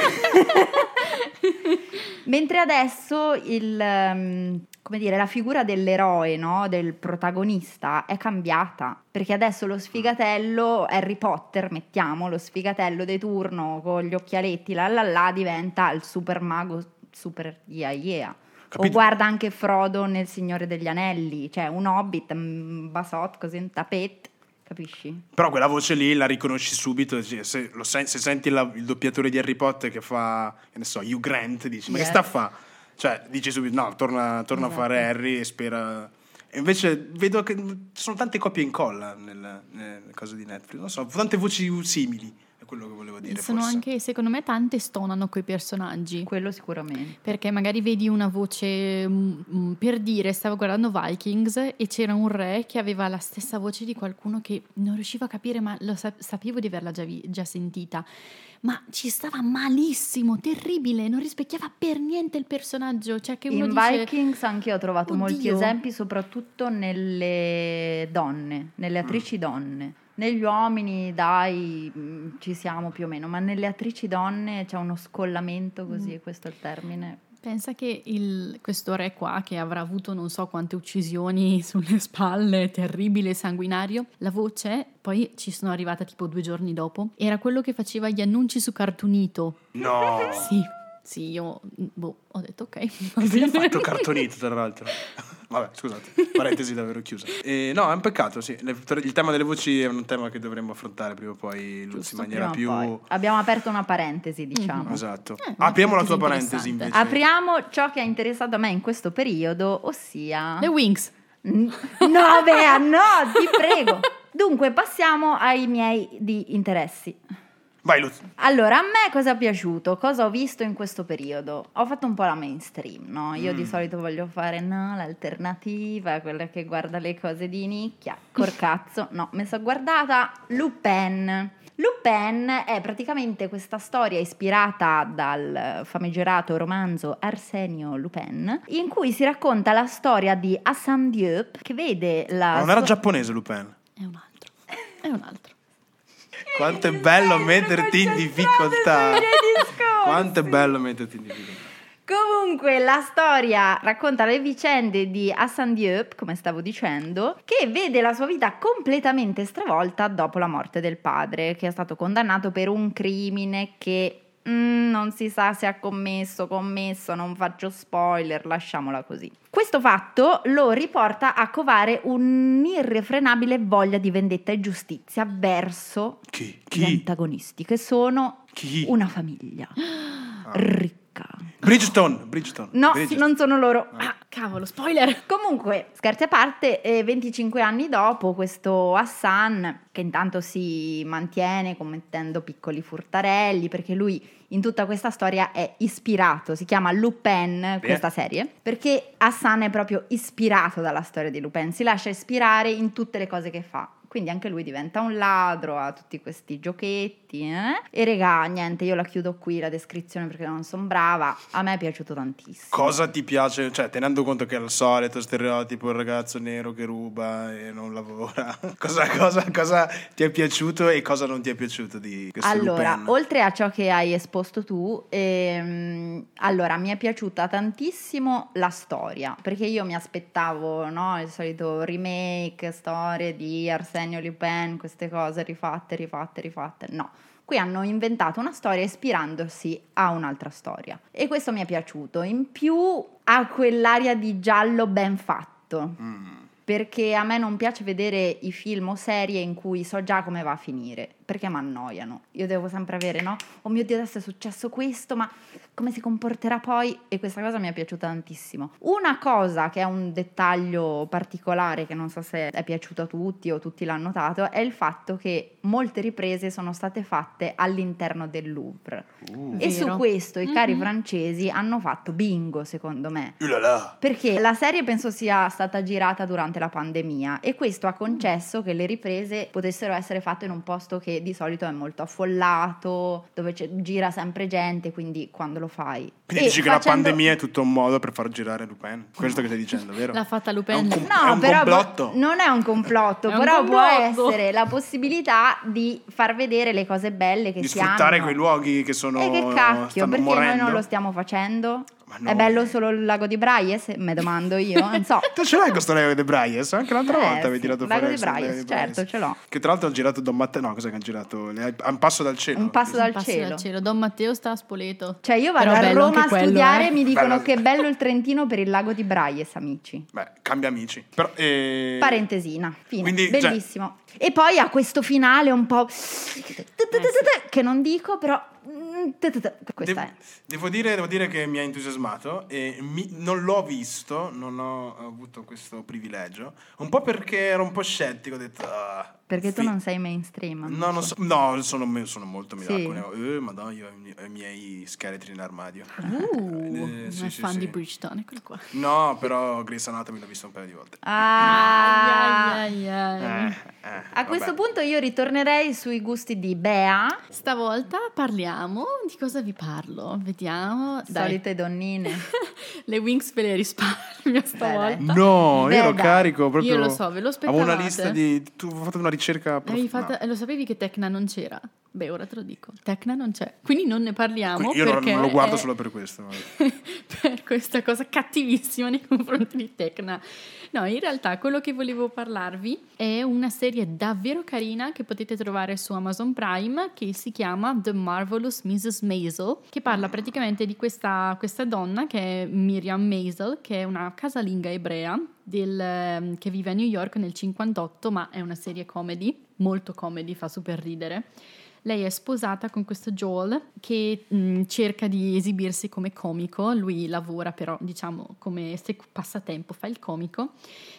[SPEAKER 1] Mentre adesso il, ehm, come dire, la figura dell'eroe, no? del protagonista, è cambiata. Perché adesso lo sfigatello, Harry Potter, mettiamo, lo sfigatello di turno con gli occhialetti, la la la, diventa il super mago, super yeah yeah. O guarda anche Frodo nel Signore degli Anelli, cioè un hobbit, un basot così, un tapet, capisci?
[SPEAKER 2] Però quella voce lì la riconosci subito. cioè, Se, lo sen- se senti la- il doppiatore di Harry Potter che fa, che ne so, Hugh Grant, dici, ma che
[SPEAKER 1] Yeah.
[SPEAKER 2] sta a fa? Cioè, dici subito, no, torna, torna
[SPEAKER 1] Esatto.
[SPEAKER 2] a fare Harry e spera... E invece vedo che ci sono tante copie in colla nel, nel caso di Netflix, non so, tante voci simili, è quello che volevo dire.
[SPEAKER 3] Sono
[SPEAKER 2] forse.
[SPEAKER 3] anche, secondo me, tante stonano quei personaggi.
[SPEAKER 1] Quello sicuramente.
[SPEAKER 3] Perché magari vedi una voce, mm, mm, per dire, stavo guardando Vikings e c'era un re che aveva la stessa voce di qualcuno che non riuscivo a capire, ma lo sa- sapevo di averla già, vi- già sentita. Ma ci stava malissimo, terribile, non rispecchiava per niente il personaggio. Cioè che uno
[SPEAKER 1] In
[SPEAKER 3] dice...
[SPEAKER 1] Vikings anche io ho trovato molti
[SPEAKER 3] "Oddio".
[SPEAKER 1] esempi, soprattutto nelle donne, nelle
[SPEAKER 3] Mm.
[SPEAKER 1] attrici donne. Negli uomini, dai, mh, ci siamo più o meno, ma nelle attrici donne c'è uno scollamento
[SPEAKER 3] Mm.
[SPEAKER 1] così, questo è il termine.
[SPEAKER 3] Pensa che il- questo re qua, che avrà avuto non so quante uccisioni sulle spalle, terribile, sanguinario, la voce, poi ci sono arrivata tipo due giorni dopo, era quello che faceva gli annunci su Cartunito.
[SPEAKER 2] No!
[SPEAKER 3] Sì, sì, io boh, ho detto ok, va
[SPEAKER 2] Che fine ha
[SPEAKER 3] bene.
[SPEAKER 2] fatto cartonito, tra l'altro. Vabbè, scusate, parentesi davvero chiusa. Eh, no, è un peccato, sì. Le- Il tema delle voci è un tema che dovremmo affrontare prima o poi, Luzzi,
[SPEAKER 3] Giusto,
[SPEAKER 2] in maniera
[SPEAKER 1] Prima o
[SPEAKER 2] più...
[SPEAKER 1] poi. Abbiamo aperto una parentesi,
[SPEAKER 3] Mm-hmm.
[SPEAKER 1] diciamo.
[SPEAKER 2] Esatto.
[SPEAKER 3] Eh, una
[SPEAKER 2] Apriamo la tua parentesi
[SPEAKER 3] parentesi
[SPEAKER 2] invece.
[SPEAKER 3] interessante.
[SPEAKER 1] Apriamo ciò che ha interessato a me in questo periodo, ossia...
[SPEAKER 3] Le Wings.
[SPEAKER 1] N- No, Bea, no, ti prego. Dunque, passiamo ai miei di interessi.
[SPEAKER 2] Vai, Luzzi.
[SPEAKER 1] Allora, a me cosa è piaciuto? Cosa ho visto in questo periodo? Ho fatto un po' la mainstream, no? Io di
[SPEAKER 2] Mm.
[SPEAKER 1] solito voglio fare, no, l'alternativa, quella che guarda le cose di nicchia, corcazzo. No, mi sono guardata Lupin. Lupin è praticamente questa storia ispirata dal famigerato romanzo Arsenio Lupin, in cui si racconta la storia di Hassan Diop, che vede la...
[SPEAKER 2] Ma non era
[SPEAKER 1] sua-
[SPEAKER 2] giapponese Lupin.
[SPEAKER 3] È un altro. È un altro.
[SPEAKER 2] Quanto è bello
[SPEAKER 1] Mi
[SPEAKER 2] metterti in
[SPEAKER 1] sono
[SPEAKER 2] difficoltà.
[SPEAKER 1] concentrata sui miei discorsi.
[SPEAKER 2] Quanto è bello metterti in difficoltà.
[SPEAKER 1] Comunque la storia racconta le vicende di Hassan Diop, come stavo dicendo, che vede la sua vita completamente stravolta dopo la morte del padre, che è stato condannato per un crimine che mm, non si sa se ha commesso, commesso, non faccio spoiler, lasciamola così. Questo fatto lo riporta a covare un'irrefrenabile voglia di vendetta e giustizia verso
[SPEAKER 2] Chi?
[SPEAKER 1] gli
[SPEAKER 2] Chi?
[SPEAKER 1] antagonisti, che sono
[SPEAKER 2] Chi? Ah.
[SPEAKER 1] una famiglia ricca.
[SPEAKER 2] Bridgestone, Bridgestone.
[SPEAKER 1] No,
[SPEAKER 2] Bridgestone.
[SPEAKER 1] non sono loro.
[SPEAKER 3] Ah, cavolo, spoiler.
[SPEAKER 1] Comunque, scherzi a parte, eh, 25 anni dopo, questo Hassan, che intanto si mantiene commettendo piccoli furtarelli, perché lui in tutta questa storia è ispirato, si chiama Lupin questa serie, perché Hassan è proprio ispirato dalla storia di Lupin, si lascia ispirare in tutte le cose che fa. Quindi anche lui diventa un ladro, ha tutti questi giochetti. eh? E regà, niente, io la chiudo qui la descrizione perché non sono brava. A me è piaciuto tantissimo.
[SPEAKER 2] Cosa ti piace? Cioè, tenendo conto che è il solito stereotipo, il ragazzo nero che ruba e non lavora. Cosa, cosa- cosa ti è piaciuto e cosa non ti è piaciuto di questo
[SPEAKER 1] Allora,
[SPEAKER 2] Lupin?
[SPEAKER 1] oltre a ciò che hai esposto tu, ehm, allora mi è piaciuta tantissimo la storia, perché io mi aspettavo no, il solito remake, storie di Arsenio Lupin, queste cose rifatte, rifatte, rifatte. No, qui hanno inventato una storia ispirandosi a un'altra storia. E questo mi è piaciuto. In più ha quell'aria di giallo ben fatto
[SPEAKER 2] Mm.
[SPEAKER 1] perché a me non piace vedere i film o serie in cui so già come va a finire, perché mi annoiano. Io devo sempre avere, no? Oh mio Dio, adesso è successo questo, ma come si comporterà poi? E questa cosa mi è piaciuta tantissimo. Una cosa che è un dettaglio particolare, che non so se è piaciuto a tutti o tutti l'hanno notato, è il fatto che molte riprese sono state fatte all'interno del Louvre.
[SPEAKER 2] Uh.
[SPEAKER 1] E su
[SPEAKER 3] Vero.
[SPEAKER 1] questo i cari
[SPEAKER 3] Mhm.
[SPEAKER 1] francesi hanno fatto bingo, secondo me.
[SPEAKER 2] Ulala.
[SPEAKER 1] Perché la serie penso sia stata girata durante la pandemia e questo ha concesso che le riprese potessero essere fatte in un posto che di solito è molto affollato, dove c'è- gira sempre gente, quindi quando lo fai...
[SPEAKER 2] Quindi
[SPEAKER 1] E
[SPEAKER 2] dici che la
[SPEAKER 1] facendo-
[SPEAKER 2] pandemia è tutto un modo per far girare Lupin? Questo che stai dicendo, vero?
[SPEAKER 3] L'ha fatta
[SPEAKER 2] È un
[SPEAKER 3] Lupin.
[SPEAKER 2] com-
[SPEAKER 1] No,
[SPEAKER 2] è un
[SPEAKER 1] però
[SPEAKER 2] complotto.
[SPEAKER 1] non è un complotto,
[SPEAKER 3] È un
[SPEAKER 1] però può
[SPEAKER 3] complotto.
[SPEAKER 1] essere la possibilità di far vedere le cose belle che
[SPEAKER 2] di
[SPEAKER 1] si
[SPEAKER 2] sfruttare
[SPEAKER 1] hanno.
[SPEAKER 2] quei luoghi che sono
[SPEAKER 1] E che cacchio,
[SPEAKER 2] stanno
[SPEAKER 1] perché
[SPEAKER 2] morendo.
[SPEAKER 1] noi non lo stiamo facendo?
[SPEAKER 2] Ma Ma no.
[SPEAKER 1] È bello solo il lago di Braie, se me domando io, non so.
[SPEAKER 2] Tu ce l'hai questo Leo De Braies? Anche l'altra
[SPEAKER 1] Eh,
[SPEAKER 2] volta avevi
[SPEAKER 1] sì,
[SPEAKER 2] tirato
[SPEAKER 1] Lago
[SPEAKER 2] fuori
[SPEAKER 1] di
[SPEAKER 2] questo Leo
[SPEAKER 1] Braies,
[SPEAKER 2] De Braies.
[SPEAKER 1] certo, ce l'ho.
[SPEAKER 2] Che tra l'altro ha girato Don Matteo. No, cos'è che ha girato? Le- A un passo dal cielo.
[SPEAKER 1] Un passo dal
[SPEAKER 3] Passo
[SPEAKER 1] cielo.
[SPEAKER 3] dal cielo. Don Matteo sta a Spoleto.
[SPEAKER 1] Cioè io vado
[SPEAKER 3] Però
[SPEAKER 1] a
[SPEAKER 3] bello
[SPEAKER 1] Roma a
[SPEAKER 3] anche quello,
[SPEAKER 1] studiare
[SPEAKER 3] eh.
[SPEAKER 1] e mi dicono
[SPEAKER 2] Bello.
[SPEAKER 1] che è bello il Trentino per il lago di Braies, amici.
[SPEAKER 2] Beh, cambia amici. Però, eh,
[SPEAKER 1] Parentesina, fine.
[SPEAKER 2] Quindi, cioè-
[SPEAKER 1] bellissimo. E poi ha questo finale un po' che non dico, però mm,
[SPEAKER 2] devo,
[SPEAKER 1] questa è.
[SPEAKER 2] devo dire, devo dire che mi ha entusiasmato e mi- non l'ho visto, non ho avuto questo privilegio. Un po' perché ero un po' scettico, ho detto... "Ah,
[SPEAKER 1] Perché tu
[SPEAKER 2] fi-
[SPEAKER 1] non sei mainstream.
[SPEAKER 2] No, non so- no, sono, me- sono molto
[SPEAKER 1] Sì.
[SPEAKER 2] miracolo. Eh, madonna, io ho i miei- ho i miei scheletri in armadio.
[SPEAKER 3] Uh,
[SPEAKER 2] Eh, sì,
[SPEAKER 3] una
[SPEAKER 2] sì,
[SPEAKER 3] fan
[SPEAKER 2] sì.
[SPEAKER 3] di Bridgeton, eccolo qua.
[SPEAKER 2] No, però Grey's Anatomy l'ho visto un paio di volte.
[SPEAKER 1] Ah.
[SPEAKER 2] Eh.
[SPEAKER 3] Ai, ai, ai.
[SPEAKER 1] A questo punto io ritornerei sui gusti di Bea,
[SPEAKER 3] Stavolta parliamo di cosa vi parlo. Vediamo. Dai,
[SPEAKER 1] solite donnine.
[SPEAKER 3] le Wings ve le risparmio stavolta.
[SPEAKER 1] dai.
[SPEAKER 2] No,
[SPEAKER 1] Beh,
[SPEAKER 2] io lo
[SPEAKER 1] dai,
[SPEAKER 2] carico proprio.
[SPEAKER 3] io lo so, ve lo
[SPEAKER 2] Avevo una
[SPEAKER 3] aspettavate.
[SPEAKER 2] lista di. Tu ho fatto una ricerca. prof-
[SPEAKER 3] Avevi fatto-
[SPEAKER 2] no.
[SPEAKER 3] eh, Lo sapevi che Tecna non c'era? Beh, ora te lo dico. Tecna non c'è. Quindi non ne parliamo.
[SPEAKER 2] Quindi io non-
[SPEAKER 3] Ah, perché Eh.
[SPEAKER 2] non lo guardo
[SPEAKER 3] è-
[SPEAKER 2] solo per questo. ma-
[SPEAKER 3] per questa cosa cattivissima nei confronti di Tecna. No, in realtà quello che volevo parlarvi è una serie davvero carina che potete trovare su Amazon Prime che si chiama The Marvelous Mrs. Maisel, che parla praticamente di questa, questa donna che è Miriam Maisel, che è una casalinga ebrea del, ehm, che vive a New York nel 58, ma è una serie comedy, molto comedy, fa super ridere. Lei è sposata con questo Joel che mh, cerca di esibirsi come comico, lui lavora però diciamo come sec- passatempo, fa il comico,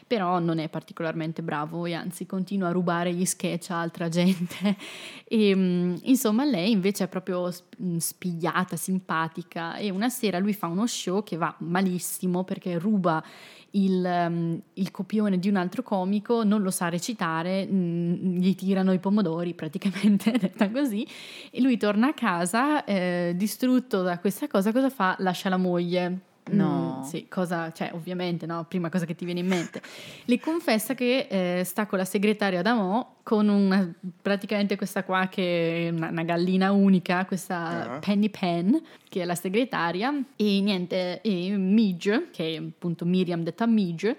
[SPEAKER 3] però non è particolarmente bravo e anzi continua a rubare gli sketch a altra gente. E, mh, insomma lei invece è proprio sp- mh, spigliata, simpatica e una sera lui fa uno show che va malissimo perché ruba il, ehm, il copione di un altro comico, non lo sa recitare, mm, gli tirano i pomodori praticamente, detta così, e lui torna a casa eh, distrutto da questa cosa, cosa fa? Lascia la moglie.
[SPEAKER 1] No.
[SPEAKER 3] Mm, sì, cosa, cioè ovviamente, no, prima cosa che ti viene in mente. Le confessa che eh, sta con la segretaria D'Amo, con una, praticamente questa qua che è una, una gallina unica, questa
[SPEAKER 2] Ah.
[SPEAKER 3] Penny Pen, che è la segretaria, e niente, e Midge, che è appunto Miriam detta Midge,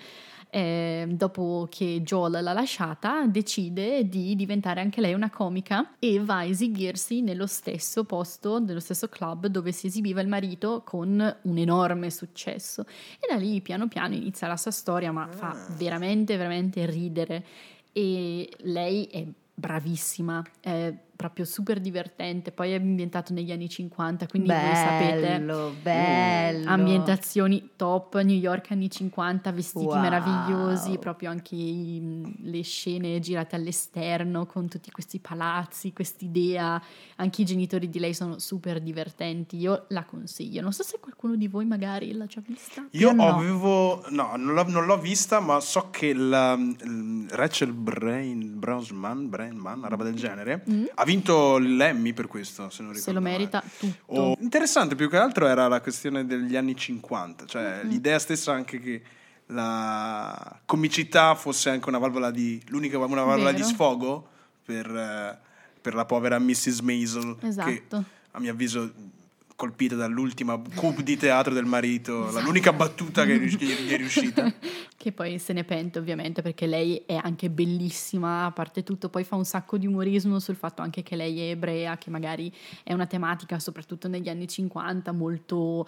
[SPEAKER 3] eh, dopo che Joel l'ha lasciata, decide di diventare anche lei una comica e va a esibirsi nello stesso posto, nello stesso club dove si esibiva il marito con un enorme successo. E da lì piano piano inizia la sua storia, ma fa veramente, veramente ridere. E lei è bravissima, è proprio super divertente. Poi è ambientato negli anni 50, quindi voi sapete uh,
[SPEAKER 1] bello, bello.
[SPEAKER 3] ambientazioni top, New York anni 50, vestiti
[SPEAKER 1] Wow.
[SPEAKER 3] meravigliosi, proprio anche i- le scene girate all'esterno con tutti questi palazzi, quest'idea, anche i genitori di lei sono super divertenti, io la consiglio, non so se qualcuno di voi magari l'ha già vista.
[SPEAKER 2] Io
[SPEAKER 1] Io no.
[SPEAKER 2] avevo. No, non l'ho, non l'ho vista, ma so che la, l- Rachel Brain, Brosman, Brainman, una roba del genere, ha vinto l'Emmy per questo. Se, non
[SPEAKER 3] Mm. Se
[SPEAKER 2] ricordo
[SPEAKER 3] lo
[SPEAKER 2] male.
[SPEAKER 3] merita tutto.
[SPEAKER 2] Oh, interessante, più che altro era la questione degli anni 50, cioè
[SPEAKER 3] Mm-hmm.
[SPEAKER 2] l'idea stessa anche che la comicità fosse anche una valvola di l'unica una valvola di
[SPEAKER 3] Vero.
[SPEAKER 2] sfogo per, eh, per la povera Mrs. Maisel che
[SPEAKER 3] Esatto.
[SPEAKER 2] a mio avviso colpita dall'ultima coup di teatro del marito, la- l'unica battuta che è rius- gli gli è riuscita.
[SPEAKER 3] Che poi se ne pente ovviamente perché lei è anche bellissima, a parte tutto, poi fa un sacco di umorismo sul fatto anche che lei è ebrea, che magari è una tematica soprattutto negli anni 50 molto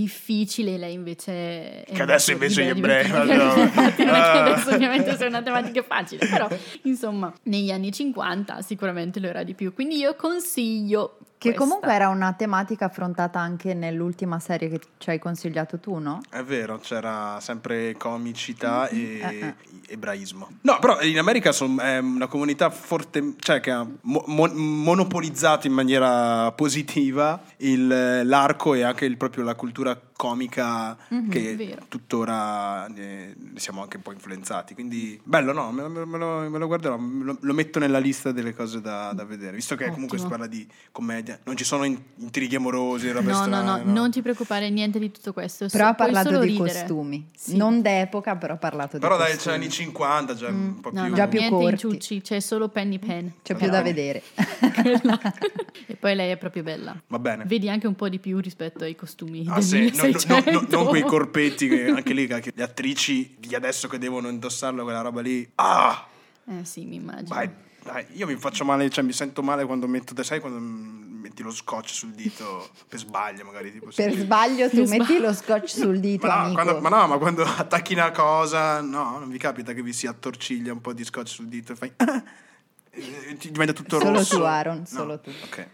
[SPEAKER 3] difficile, lei invece... è
[SPEAKER 2] Che adesso
[SPEAKER 3] molto
[SPEAKER 2] invece gli
[SPEAKER 3] libera di-
[SPEAKER 2] ebrei, no.
[SPEAKER 3] Infatti, non è che
[SPEAKER 2] Ah.
[SPEAKER 3] adesso ovviamente sia una tematica facile, però insomma negli anni 50 sicuramente lo era di più, quindi io consiglio...
[SPEAKER 1] Che
[SPEAKER 3] questa.
[SPEAKER 1] comunque era una tematica affrontata anche nell'ultima serie che ci hai consigliato tu, no?
[SPEAKER 2] È vero, c'era sempre comicità
[SPEAKER 3] Mm,
[SPEAKER 2] e
[SPEAKER 1] eh,
[SPEAKER 2] ebraismo. No, però in America son- è una comunità forte, cioè che ha mo- mon- monopolizzato in maniera positiva il- l'arco e anche il- proprio la cultura comica che
[SPEAKER 3] Mm-hmm, vero.
[SPEAKER 2] tuttora ne siamo anche un po' influenzati. Quindi bello, no, me, me- me lo, me lo guarderò, me lo, lo metto nella lista delle cose da, da vedere, visto che comunque si
[SPEAKER 3] Ottimo.
[SPEAKER 2] parla di commedia, non ci sono in- intrighi amorosi, robe
[SPEAKER 3] No, no,
[SPEAKER 2] strane,
[SPEAKER 3] no, non ti preoccupare niente di tutto questo.
[SPEAKER 1] Però ha
[SPEAKER 3] so- puoi
[SPEAKER 1] parlato
[SPEAKER 3] solo
[SPEAKER 1] di
[SPEAKER 3] ridere.
[SPEAKER 1] costumi,
[SPEAKER 3] Sì.
[SPEAKER 1] non d'epoca, però ha parlato
[SPEAKER 2] Però
[SPEAKER 1] di
[SPEAKER 2] dai, c'è
[SPEAKER 1] costumi.
[SPEAKER 2] anni 50, già un po'
[SPEAKER 3] No,
[SPEAKER 2] più...
[SPEAKER 3] no,
[SPEAKER 1] Già più
[SPEAKER 3] niente
[SPEAKER 1] corti.
[SPEAKER 3] in ciucci, c'è solo Penny Pen.
[SPEAKER 1] C'è più da vedere.
[SPEAKER 3] Quella. e poi lei è proprio bella.
[SPEAKER 2] Va bene.
[SPEAKER 3] Vedi anche un po' di più rispetto ai costumi
[SPEAKER 2] Ah,
[SPEAKER 3] del
[SPEAKER 2] sì, non
[SPEAKER 3] 600.
[SPEAKER 2] no, no, non quei corpetti che anche lì cacchio, le attrici di adesso che devono indossarlo quella roba lì. Ah!
[SPEAKER 3] Eh sì, mi immagino.
[SPEAKER 2] Vai, dai, io mi faccio male, cioè mi sento male quando metto, te sai quando mm, metti lo scotch sul dito per sbaglio magari tipo
[SPEAKER 1] Per
[SPEAKER 2] sì.
[SPEAKER 1] sbaglio tu
[SPEAKER 3] Per sbaglio.
[SPEAKER 1] metti lo scotch sul dito,
[SPEAKER 2] ma no,
[SPEAKER 1] amico.
[SPEAKER 2] quando, ma no, ma quando attacchi una cosa, no, non vi capita che vi si attorciglia un po' di scotch sul dito e fai e ti diventa tutto
[SPEAKER 1] Solo
[SPEAKER 2] rosso.
[SPEAKER 1] tu, Aaron,
[SPEAKER 2] No,
[SPEAKER 1] solo tu.
[SPEAKER 2] Ok.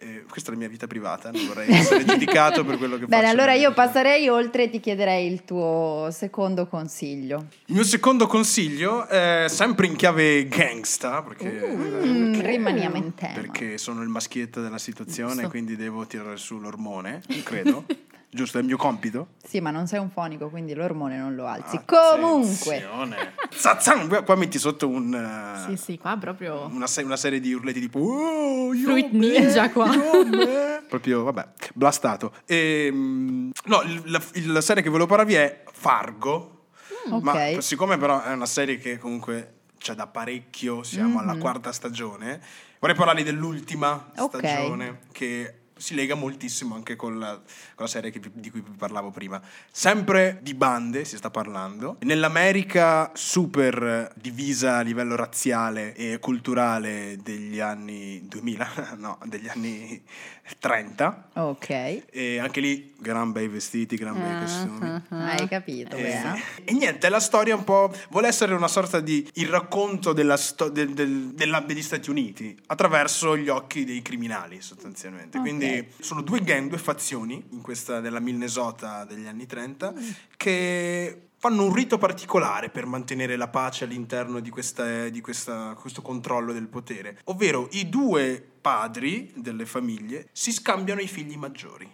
[SPEAKER 2] Eh, questa è la mia vita privata, non vorrei essere giudicato per quello che
[SPEAKER 1] Bene,
[SPEAKER 2] faccio.
[SPEAKER 1] allora io passerei oltre e ti chiederei il tuo secondo consiglio.
[SPEAKER 2] Il mio secondo consiglio è sempre in chiave gangsta, perché,
[SPEAKER 1] Mm, rimaniamo in tema.
[SPEAKER 2] perché sono il maschietto della situazione,
[SPEAKER 3] Giusto.
[SPEAKER 2] quindi devo tirare su l'ormone, credo. Giusto, è il mio compito.
[SPEAKER 1] Sì, ma non sei un fonico, quindi l'ormone non lo alzi.
[SPEAKER 2] Ah,
[SPEAKER 1] Comunque,
[SPEAKER 2] Attenzione. Zazzan, qua- qua metti sotto un... eh,
[SPEAKER 3] Sì, sì, qua proprio...
[SPEAKER 2] una, se- una serie di urletti tipo "Oh, io
[SPEAKER 3] Fruit
[SPEAKER 2] me,
[SPEAKER 3] Ninja qua."
[SPEAKER 2] io me". proprio vabbè blastato Ehm, no il- la, il- la serie che volevo parlarvi è Fargo ma
[SPEAKER 3] Mm,
[SPEAKER 1] ok.
[SPEAKER 2] siccome però è una serie che comunque c'è da parecchio siamo alla
[SPEAKER 3] Mm-hmm.
[SPEAKER 2] quarta stagione vorrei parlarvi dell'ultima
[SPEAKER 1] Ok.
[SPEAKER 2] stagione che si lega moltissimo anche con la, con la serie che vi- di cui vi parlavo prima. Sempre di bande si sta parlando. Nell'America super eh, divisa a livello razziale e culturale degli anni 2000, no, degli anni 30.
[SPEAKER 1] ok,
[SPEAKER 2] E anche lì gran bei vestiti, gran bei costumi.
[SPEAKER 3] Ah, ah, ah.
[SPEAKER 1] hai capito. Bea?
[SPEAKER 2] Eh, E niente, la storia un po' vuole essere una sorta di il racconto della sto- del- del- della- degli Stati Uniti attraverso gli occhi dei criminali sostanzialmente.
[SPEAKER 1] Ok.
[SPEAKER 2] Quindi sono due gang, due fazioni in questa della Minnesota degli anni 30
[SPEAKER 1] Mm.
[SPEAKER 2] che fanno un rito particolare per mantenere la pace all'interno di, questa- di questa- questo controllo del potere, ovvero i due padri delle famiglie si scambiano i figli maggiori.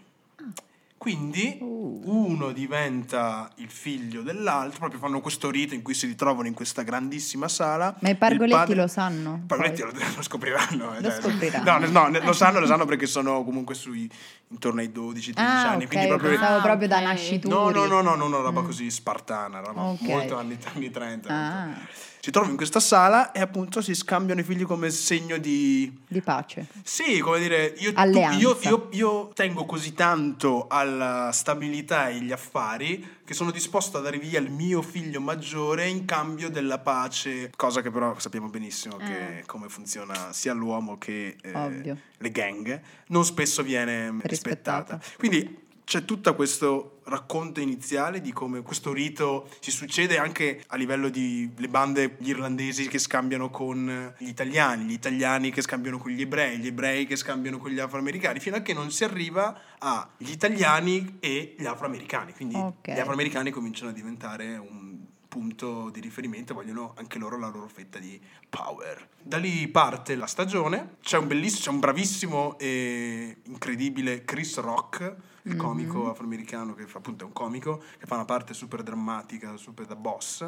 [SPEAKER 2] Quindi
[SPEAKER 1] Uh.
[SPEAKER 2] uno diventa il figlio dell'altro, proprio fanno questo rito in cui si ritrovano in questa grandissima sala.
[SPEAKER 1] Ma i
[SPEAKER 2] Il
[SPEAKER 1] pargoletti
[SPEAKER 2] padre-
[SPEAKER 1] lo sanno?
[SPEAKER 2] I pargoletti
[SPEAKER 1] Poi?
[SPEAKER 2] lo, lo scopriranno. eh,
[SPEAKER 1] Lo
[SPEAKER 2] cioè,
[SPEAKER 1] scopriranno.
[SPEAKER 2] No, ne- no, ne- lo sanno, lo sanno perché sono comunque sui, intorno ai 12-13
[SPEAKER 1] Ah,
[SPEAKER 2] anni.
[SPEAKER 1] ok,
[SPEAKER 2] Quindi proprio...
[SPEAKER 1] pensavo
[SPEAKER 3] Ah,
[SPEAKER 1] proprio da
[SPEAKER 3] ok.
[SPEAKER 1] nascituri. Mm.
[SPEAKER 2] No, no, no, no, no, una roba così spartana, roba
[SPEAKER 1] Ok.
[SPEAKER 2] molto anni, anni 30.
[SPEAKER 1] Ah.
[SPEAKER 2] molto. Si trovano in questa sala e appunto si scambiano i figli come segno di...
[SPEAKER 1] Di pace.
[SPEAKER 2] Sì, come dire, io, tu-
[SPEAKER 1] Alleanza.
[SPEAKER 2] io- io- io tengo così tanto alla stabilità e agli affari che sono disposto a dare via il mio figlio maggiore in cambio della pace, cosa che però sappiamo benissimo che come funziona sia l'uomo che eh,
[SPEAKER 1] Eh. Ovvio.
[SPEAKER 2] le gang, non spesso viene ehm, rispettata.
[SPEAKER 1] Rispettata.
[SPEAKER 2] Quindi c'è tutto questo racconto iniziale di come questo rito si succede anche a livello di le bande gli irlandesi che scambiano con gli italiani, gli italiani che scambiano con gli ebrei, gli ebrei che scambiano con gli afroamericani, fino a che non si arriva agli italiani e gli afroamericani. Quindi
[SPEAKER 1] Ok.
[SPEAKER 2] gli afroamericani cominciano a diventare un punto di riferimento e vogliono anche loro la loro fetta di power. Da lì parte la stagione, c'è un bellissimo, c'è un bravissimo e incredibile Chris Rock, il comico afroamericano che fa, appunto è un comico, che fa una parte super drammatica, super da boss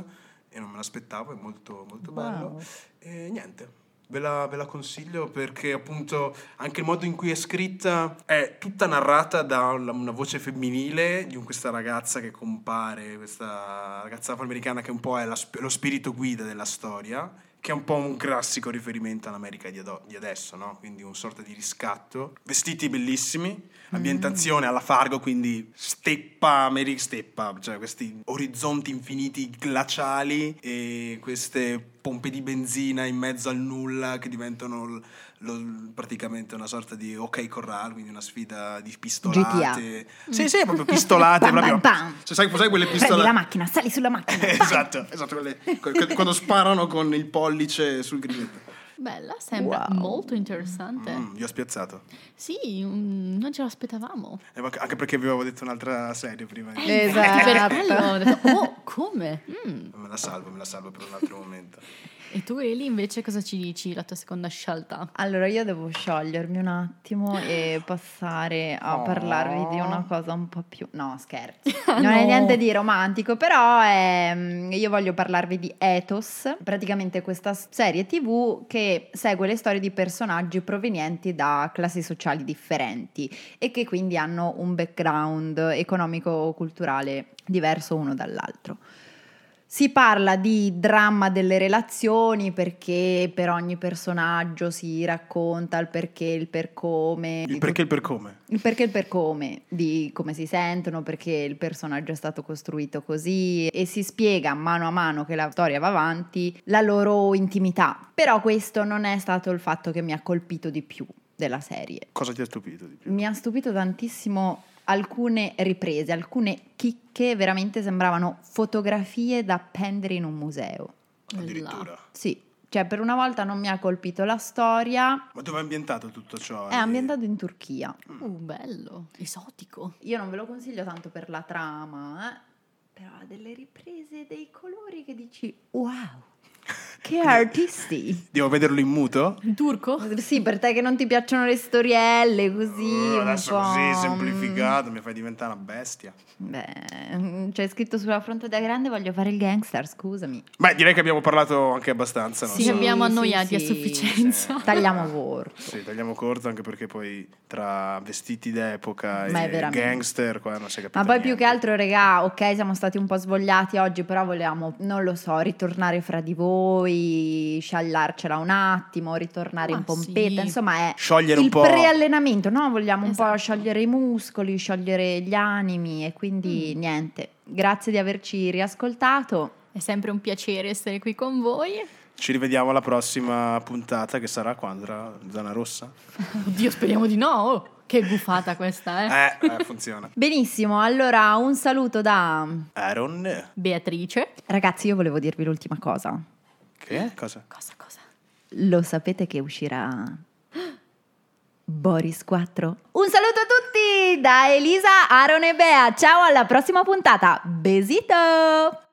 [SPEAKER 2] e non me l'aspettavo, è molto molto
[SPEAKER 1] Wow.
[SPEAKER 2] bello. E niente. Ve la, ve la consiglio perché appunto anche il modo in cui è scritta è tutta narrata da una, una voce femminile di un- questa ragazza che compare, questa ragazza afroamericana che un po' è la sp- lo spirito guida della storia, che è un po' un classico riferimento all'America di, ado- di adesso, no? Quindi un sorta di riscatto. Vestiti bellissimi,
[SPEAKER 1] Mm.
[SPEAKER 2] ambientazione alla Fargo, quindi steppa, Ameri- steppa, cioè questi orizzonti infiniti glaciali e queste pompe di benzina in mezzo al nulla che diventano l- lo- praticamente una sorta di ok corral, quindi una sfida di pistolate. Sì, sì, proprio pistolate,
[SPEAKER 1] Bam, bam,
[SPEAKER 2] proprio.
[SPEAKER 1] bam.
[SPEAKER 2] Cioè, sai, sai quelle
[SPEAKER 1] Prendi la
[SPEAKER 2] pistolate?
[SPEAKER 1] macchina, sali sulla macchina. vai.
[SPEAKER 2] esatto, esatto quelle- que- que- quando sparano con il pollice sul grilletto.
[SPEAKER 3] Bella, sembra
[SPEAKER 1] Wow.
[SPEAKER 3] molto interessante.
[SPEAKER 2] Mm, vi ho spiazzato.
[SPEAKER 3] Sì, mm, non ce l'aspettavamo.
[SPEAKER 2] Eh, ma Anche perché vi avevo detto un'altra serie prima. di-
[SPEAKER 1] Esatto.
[SPEAKER 3] Per quello ho detto, oh, come? Mm.
[SPEAKER 1] Eh.
[SPEAKER 2] Me la salvo, me la salvo per un altro momento.
[SPEAKER 3] E tu, Eli, invece cosa ci dici? La tua seconda scelta?
[SPEAKER 1] Allora io devo sciogliermi un attimo e passare a
[SPEAKER 2] Oh.
[SPEAKER 1] parlarvi di una cosa un po' più... No, scherzo. Non
[SPEAKER 3] No.
[SPEAKER 1] è niente di romantico, però è- io voglio parlarvi di Ethos, praticamente questa serie tv che segue le storie di personaggi provenienti da classi sociali differenti e che quindi hanno un background economico-culturale diverso uno dall'altro. Si parla di dramma delle relazioni perché per ogni personaggio si racconta il perché, il per come.
[SPEAKER 2] Il perché e il per come.
[SPEAKER 1] Il perché e il per come, di come si sentono, perché il personaggio è stato costruito così e si spiega mano a mano che la storia va avanti la loro intimità. Però questo non è stato il fatto che mi ha colpito di più della serie.
[SPEAKER 2] Cosa ti ha stupito di più?
[SPEAKER 1] Mi ha stupito tantissimo alcune riprese, alcune chicche veramente sembravano fotografie da appendere in un museo.
[SPEAKER 2] Addirittura.
[SPEAKER 1] Sì, cioè per una volta non mi ha colpito la storia,
[SPEAKER 2] Ma dove è ambientato tutto ciò?
[SPEAKER 1] è ambientato in Turchia.
[SPEAKER 3] Uh, bello, esotico.
[SPEAKER 1] Io non ve lo consiglio tanto per la trama, eh, però ha delle riprese, dei colori che dici wow, che artisti!
[SPEAKER 2] Devo vederlo in muto?
[SPEAKER 3] In turco?
[SPEAKER 1] Sì, per te che non ti piacciono le storielle, così.
[SPEAKER 2] Uh,
[SPEAKER 1] un
[SPEAKER 2] adesso
[SPEAKER 1] po',
[SPEAKER 2] così,
[SPEAKER 1] mm,
[SPEAKER 2] semplificato, mi fai diventare una bestia.
[SPEAKER 1] Beh, mm, c'è scritto sulla fronte da grande voglio fare il gangster, scusami.
[SPEAKER 2] Beh, direi che abbiamo parlato anche abbastanza, non
[SPEAKER 1] Sì,
[SPEAKER 3] Ci
[SPEAKER 2] so.
[SPEAKER 3] abbiamo
[SPEAKER 1] sì,
[SPEAKER 3] annoiati
[SPEAKER 1] sì.
[SPEAKER 3] a sufficienza.
[SPEAKER 1] Tagliamo corto.
[SPEAKER 2] Sì, tagliamo corto anche perché poi tra vestiti d'epoca
[SPEAKER 1] Ma è
[SPEAKER 2] e
[SPEAKER 1] veramente-
[SPEAKER 2] gangster qua non si è capito
[SPEAKER 1] Ma poi più
[SPEAKER 2] niente.
[SPEAKER 1] che altro, regà, ok, siamo stati un po' svogliati oggi, però volevamo, non lo so, ritornare fra di voi, sciallarcela un attimo, ritornare
[SPEAKER 3] Ma
[SPEAKER 1] in pompetta,
[SPEAKER 3] sì.
[SPEAKER 1] insomma è
[SPEAKER 2] Sciogliere
[SPEAKER 1] il
[SPEAKER 2] un po'...
[SPEAKER 1] preallenamento, no? Vogliamo un po'
[SPEAKER 3] Esatto.
[SPEAKER 1] sciogliere i muscoli, sciogliere gli animi e quindi niente. Grazie di averci riascoltato.
[SPEAKER 3] È sempre un piacere essere qui con voi.
[SPEAKER 2] Ci rivediamo alla prossima puntata che sarà quando? Tra- Zona rossa?
[SPEAKER 3] Oddio, speriamo di no. Oh, Che buffata questa, eh.
[SPEAKER 2] Eh, eh, funziona.
[SPEAKER 1] Benissimo, allora un saluto da...
[SPEAKER 2] Aaron...
[SPEAKER 3] Beatrice.
[SPEAKER 1] Ragazzi, io volevo dirvi l'ultima cosa.
[SPEAKER 2] Che? Cosa?
[SPEAKER 3] Cosa, cosa?
[SPEAKER 1] Lo sapete che uscirà Boris 4? Un saluto a tutti da Elisa, Aaron e Bea. Ciao alla prossima puntata. Besito!